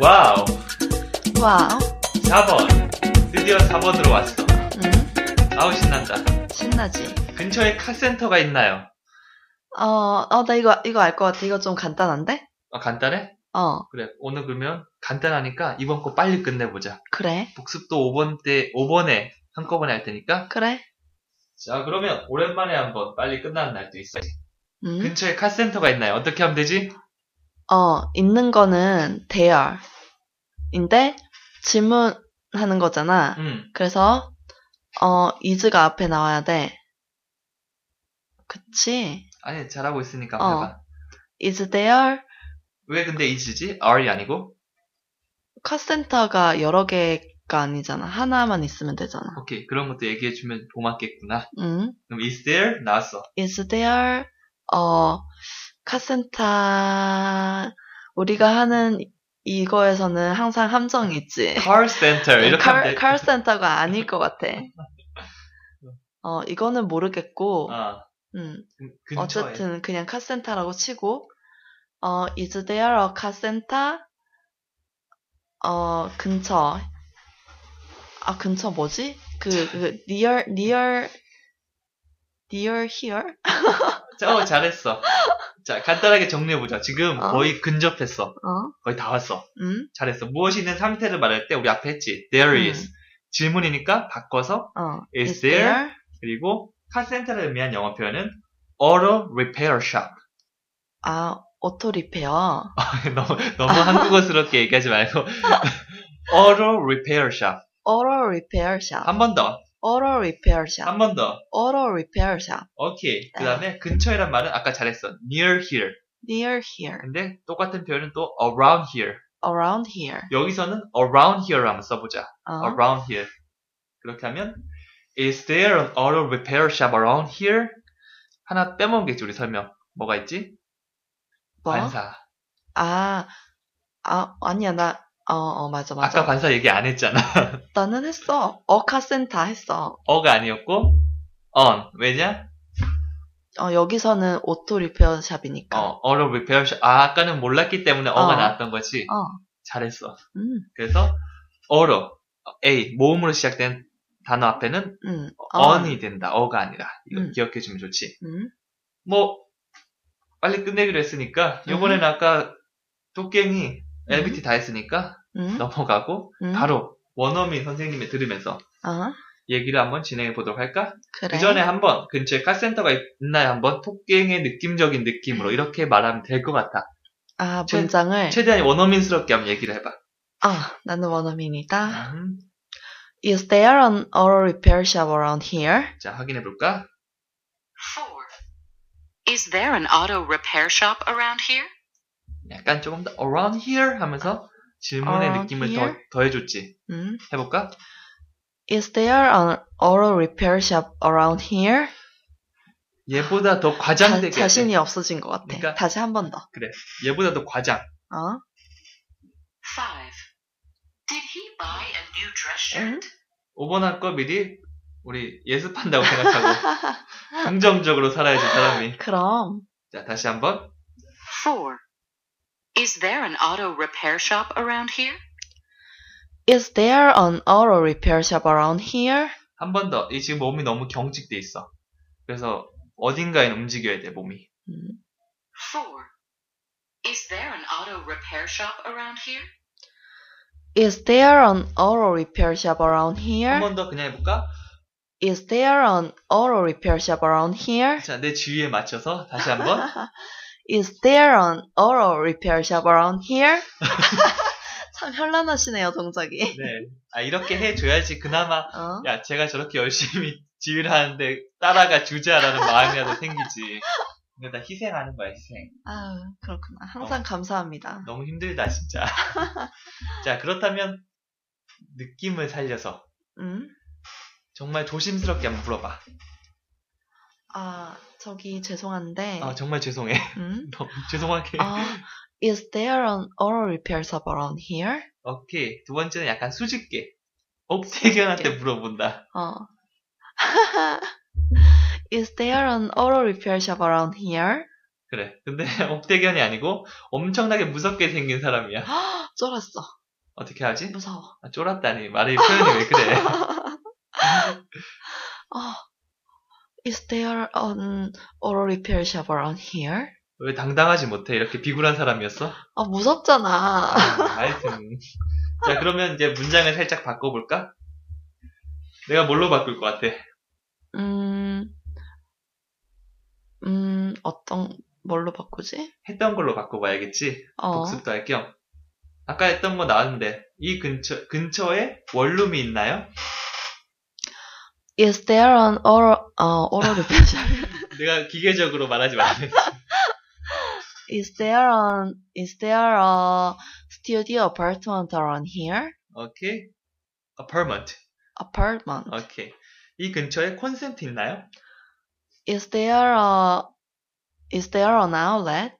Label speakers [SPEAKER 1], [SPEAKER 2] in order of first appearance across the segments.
[SPEAKER 1] 와우.
[SPEAKER 2] 와우.
[SPEAKER 1] 4번. 드디어 4번으로 왔어.
[SPEAKER 2] 음,
[SPEAKER 1] 아우, 신난다.
[SPEAKER 2] 신나지.
[SPEAKER 1] 근처에 카센터가 있나요?
[SPEAKER 2] 어, 어, 나 이거, 이거 알 것 같아. 이거 좀 간단한데?
[SPEAKER 1] 아, 간단해?
[SPEAKER 2] 어,
[SPEAKER 1] 그래. 오늘 그러면 간단하니까 이번 거 빨리 끝내보자.
[SPEAKER 2] 그래.
[SPEAKER 1] 복습도 5번 때, 5번에 한꺼번에 할 테니까.
[SPEAKER 2] 그래.
[SPEAKER 1] 자, 그러면 오랜만에 한번 빨리 끝나는 날도 있어.
[SPEAKER 2] 음,
[SPEAKER 1] 근처에 카센터가 있나요? 어떻게 하면 되지?
[SPEAKER 2] 어, 있는 거는 대열. 인데, 질문하는 거잖아.
[SPEAKER 1] 음.
[SPEAKER 2] 그래서, 어, 이즈가 앞에 나와야 돼. 그치?
[SPEAKER 1] 아니, 잘하고 있으니까
[SPEAKER 2] 어.
[SPEAKER 1] 봐봐.
[SPEAKER 2] Is there?
[SPEAKER 1] 왜 근데 is지? are이 아니고?
[SPEAKER 2] 카센터가 여러 개가 아니잖아. 하나만 있으면 되잖아.
[SPEAKER 1] 오케이. 그런 것도 얘기해주면 고맙겠구나.
[SPEAKER 2] 응?
[SPEAKER 1] 그럼 is there? 나왔어.
[SPEAKER 2] Is there? 어, 카센터, 우리가 하는 이거에서는 항상 함정이 있지.
[SPEAKER 1] car center. 네, 이렇게 하면
[SPEAKER 2] 칼,
[SPEAKER 1] 돼.
[SPEAKER 2] 칼센터가 아닐 것 같아. 어, 이거는 모르겠고,
[SPEAKER 1] 어.
[SPEAKER 2] 음,
[SPEAKER 1] 근- 근처에.
[SPEAKER 2] 어쨌든 그냥 카센터라고 치고, 어, is there a 카센터? 어, 근처. 아, 근처 뭐지? 그, 그, near, near, near here?
[SPEAKER 1] 자, 어, 잘했어. 자, 간단하게 정리해보자. 지금
[SPEAKER 2] 어.
[SPEAKER 1] 거의 근접했어.
[SPEAKER 2] 어,
[SPEAKER 1] 거의 다 왔어.
[SPEAKER 2] 음,
[SPEAKER 1] 잘했어. 무엇이 있는 상태를 말할 때 우리 앞에 했지. There
[SPEAKER 2] 음.
[SPEAKER 1] is. 질문이니까 바꿔서
[SPEAKER 2] 어.
[SPEAKER 1] Is 그리고 카센터를 의미한 영어 표현은 auto repair shop.
[SPEAKER 2] 아, 오토 리페어.
[SPEAKER 1] 너무 너무 한국어스럽게 얘기하지 말고 auto repair shop.
[SPEAKER 2] 오토 리페어 샵.
[SPEAKER 1] 한 번 더.
[SPEAKER 2] 오토 리페어
[SPEAKER 1] 한
[SPEAKER 2] 샵.
[SPEAKER 1] 번 더.
[SPEAKER 2] 오토 리페어 샵.
[SPEAKER 1] 오케이.
[SPEAKER 2] 네.
[SPEAKER 1] 그다음에 근처이란 말은 아까 잘했어. near here.
[SPEAKER 2] near here.
[SPEAKER 1] 근데 똑같은 표현은 또 around here.
[SPEAKER 2] around here.
[SPEAKER 1] 여기서는 around here 한번 써보자.
[SPEAKER 2] 어,
[SPEAKER 1] around here. 그렇게 하면 Is there an auto repair shop around here? 하나 빼먹은 게 있지 우리 설명. 뭐가 있지?
[SPEAKER 2] 뭐?
[SPEAKER 1] 관사.
[SPEAKER 2] 아, 아, 아니야, 나, 어, 어, 맞아, 맞아.
[SPEAKER 1] 아까 관사 얘기 안 했잖아.
[SPEAKER 2] 나는 했어. 어카센터 했어.
[SPEAKER 1] 어가 아니었고 on. 왜냐?
[SPEAKER 2] 어, 여기서는 오토 리페어 샵이니까.
[SPEAKER 1] 어, auto repair shop. 아, 아까는 몰랐기 때문에 어가
[SPEAKER 2] 어.
[SPEAKER 1] 나왔던 거지.
[SPEAKER 2] 어.
[SPEAKER 1] 잘했어.
[SPEAKER 2] 음,
[SPEAKER 1] 그래서 auto. A 모음으로 시작된 단어 앞에는
[SPEAKER 2] 음.
[SPEAKER 1] on이 된다. 어가 아니라. 이거
[SPEAKER 2] 음.
[SPEAKER 1] 기억해 주면 좋지.
[SPEAKER 2] 음,
[SPEAKER 1] 뭐 빨리 끝내기로 했으니까
[SPEAKER 2] 음.
[SPEAKER 1] 요번에는 아까 도깽이 LBT 다 했으니까
[SPEAKER 2] 음,
[SPEAKER 1] 넘어가고
[SPEAKER 2] 음.
[SPEAKER 1] 바로 원어민 선생님의 들으면서
[SPEAKER 2] 아,
[SPEAKER 1] 얘기를 한번 진행해 보도록 할까?
[SPEAKER 2] 그래.
[SPEAKER 1] 그 전에 한번 근처에 카센터가 있나요? 한번 토깽의 느낌적인 느낌으로
[SPEAKER 2] 음.
[SPEAKER 1] 이렇게 말하면 될 것 같아.
[SPEAKER 2] 아,
[SPEAKER 1] 최-
[SPEAKER 2] 문장을.
[SPEAKER 1] 최대한 원어민스럽게 한번 얘기를 해봐.
[SPEAKER 2] 아, 나는 원어민이다.
[SPEAKER 1] 음,
[SPEAKER 2] Is there an auto repair shop around here?
[SPEAKER 1] 자 확인해 볼까?
[SPEAKER 3] 4. Is there an auto repair shop around here?
[SPEAKER 1] 약간 조금 더 around here 하면서 질문의
[SPEAKER 2] Around
[SPEAKER 1] 느낌을 더
[SPEAKER 2] here?
[SPEAKER 1] 더해줬지.
[SPEAKER 2] 음.
[SPEAKER 1] 해볼까?
[SPEAKER 2] Is there an auto repair shop around here?
[SPEAKER 1] 얘보다 더
[SPEAKER 2] 자,
[SPEAKER 1] 과장되게. 해야 돼.
[SPEAKER 2] 자신이 없어진 것 같아.
[SPEAKER 1] 그러니까-
[SPEAKER 2] 다시 한 번 더.
[SPEAKER 1] 얘보다 더 과장.
[SPEAKER 2] 어?
[SPEAKER 3] 5. Did he buy a new dress
[SPEAKER 2] Hmm?
[SPEAKER 3] shirt?
[SPEAKER 1] 5번 할 거 미리 우리 예습한다고 생각하고 긍정적으로 살아야지 사람이.
[SPEAKER 2] 그럼,
[SPEAKER 1] 자 다시 한번
[SPEAKER 3] 4. Is there an auto repair shop around here?
[SPEAKER 2] Is there an auto repair shop around here?
[SPEAKER 1] 한 번 더. 이 지금 몸이 너무 경직돼 있어. 그래서 어딘가에 움직여야 돼 몸이.
[SPEAKER 2] 음,
[SPEAKER 3] 4. Is there an auto repair shop around here?
[SPEAKER 2] Is there an auto repair shop around
[SPEAKER 1] 한
[SPEAKER 2] here?
[SPEAKER 1] 번 더 그냥 해볼까?
[SPEAKER 2] Is there an auto repair shop around here?
[SPEAKER 1] 자 내 지위에 맞춰서 다시 한번.
[SPEAKER 2] Is there an auto repair shop around here? 참 현란하시네요, 동작이.
[SPEAKER 1] 네. 아 이렇게 해줘야지 그나마
[SPEAKER 2] 어?
[SPEAKER 1] 야 제가 저렇게 열심히 지휘를 하는데 따라가 주자라는 마음이라도 생기지. 근데 다 희생하는 거야 희생.
[SPEAKER 2] 아, 그렇구나. 항상
[SPEAKER 1] 어.
[SPEAKER 2] 감사합니다.
[SPEAKER 1] 너무 힘들다 진짜. 자 그렇다면 느낌을 살려서
[SPEAKER 2] 음?
[SPEAKER 1] 정말 조심스럽게 한번 물어봐.
[SPEAKER 2] 아, 저기 죄송한데.
[SPEAKER 1] 아 정말 죄송해.
[SPEAKER 2] 음?
[SPEAKER 1] 너무 죄송하게.
[SPEAKER 2] 네. 아, is there an auto repair shop around here?
[SPEAKER 1] 오케이 두 번째는 약간 수줍게 옥태견한테
[SPEAKER 2] 수줍게.
[SPEAKER 1] 물어본다.
[SPEAKER 2] 어. Is there an auto repair shop around here?
[SPEAKER 1] 그래. 근데 옥태견이 아니고 엄청나게 무섭게 생긴 사람이야.
[SPEAKER 2] 쫄았어.
[SPEAKER 1] 어떻게 하지?
[SPEAKER 2] 무서워.
[SPEAKER 1] 아, 쫄았다니 말이 표현이 왜 그래?
[SPEAKER 2] 어, is there an auto repair shop around here?
[SPEAKER 1] 왜 당당하지 못해? 이렇게 비굴한 사람이었어?
[SPEAKER 2] 아 무섭잖아.
[SPEAKER 1] 아이고, 하여튼 자 그러면 이제 문장을 살짝 바꿔볼까? 내가 뭘로 바꿀 것 같아?
[SPEAKER 2] 음, 음 어떤 뭘로 바꾸지?
[SPEAKER 1] 했던 걸로 바꿔봐야겠지.
[SPEAKER 2] 어,
[SPEAKER 1] 복습도 할 겸. 아까 했던 거 나왔는데 이 근처 근처에 원룸이 있나요?
[SPEAKER 2] is there an auto 어 auto repair shop?
[SPEAKER 1] 내가 기계적으로 말하지 말래.
[SPEAKER 2] is there an is there a studio apartment around here?
[SPEAKER 1] 오케이. apartment.
[SPEAKER 2] Apartment.
[SPEAKER 1] 오케이. 이 근처에 콘센트 있나요?
[SPEAKER 2] Is there a is there an outlet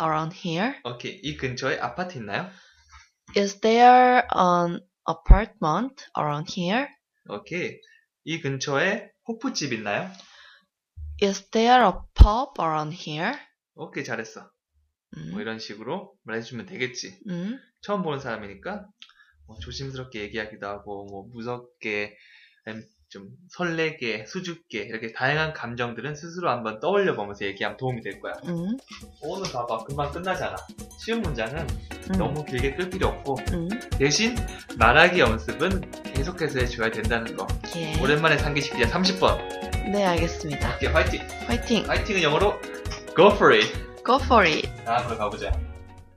[SPEAKER 2] around here?
[SPEAKER 1] 오케이. 이 근처에 아파트 있나요?
[SPEAKER 2] Is there an apartment around here?
[SPEAKER 1] 오케이. 이 근처에 호프집 있나요?
[SPEAKER 2] Is there a pub around here? Mm,
[SPEAKER 1] 오케이, 잘했어. 뭐
[SPEAKER 2] 음,
[SPEAKER 1] 이런 식으로 말해주면 되겠지.
[SPEAKER 2] 음,
[SPEAKER 1] 처음 보는 사람이니까 뭐 조심스럽게 얘기하기도 하고, 뭐 무섭게, 아니면 좀 설레게, 수줍게 이렇게 다양한 감정들은 스스로 한번 떠올려 보면서 얘기하면 도움이 될 거야.
[SPEAKER 2] 음,
[SPEAKER 1] 오늘 봐봐, 금방 끝나잖아. 쉬운 문장은
[SPEAKER 2] 음,
[SPEAKER 1] 너무 길게 끌 필요 없고
[SPEAKER 2] 음,
[SPEAKER 1] 대신 말하기 연습은 계속해서 해줘야 된다는 거.
[SPEAKER 2] 예.
[SPEAKER 1] 오랜만에 상기식 기자 30번.
[SPEAKER 2] 네, 알겠습니다.
[SPEAKER 1] 오케이, 화이팅!
[SPEAKER 2] 화이팅!
[SPEAKER 1] 화이팅은 영어로 Go for it!
[SPEAKER 2] Go for it!
[SPEAKER 1] 다음으로 가보자.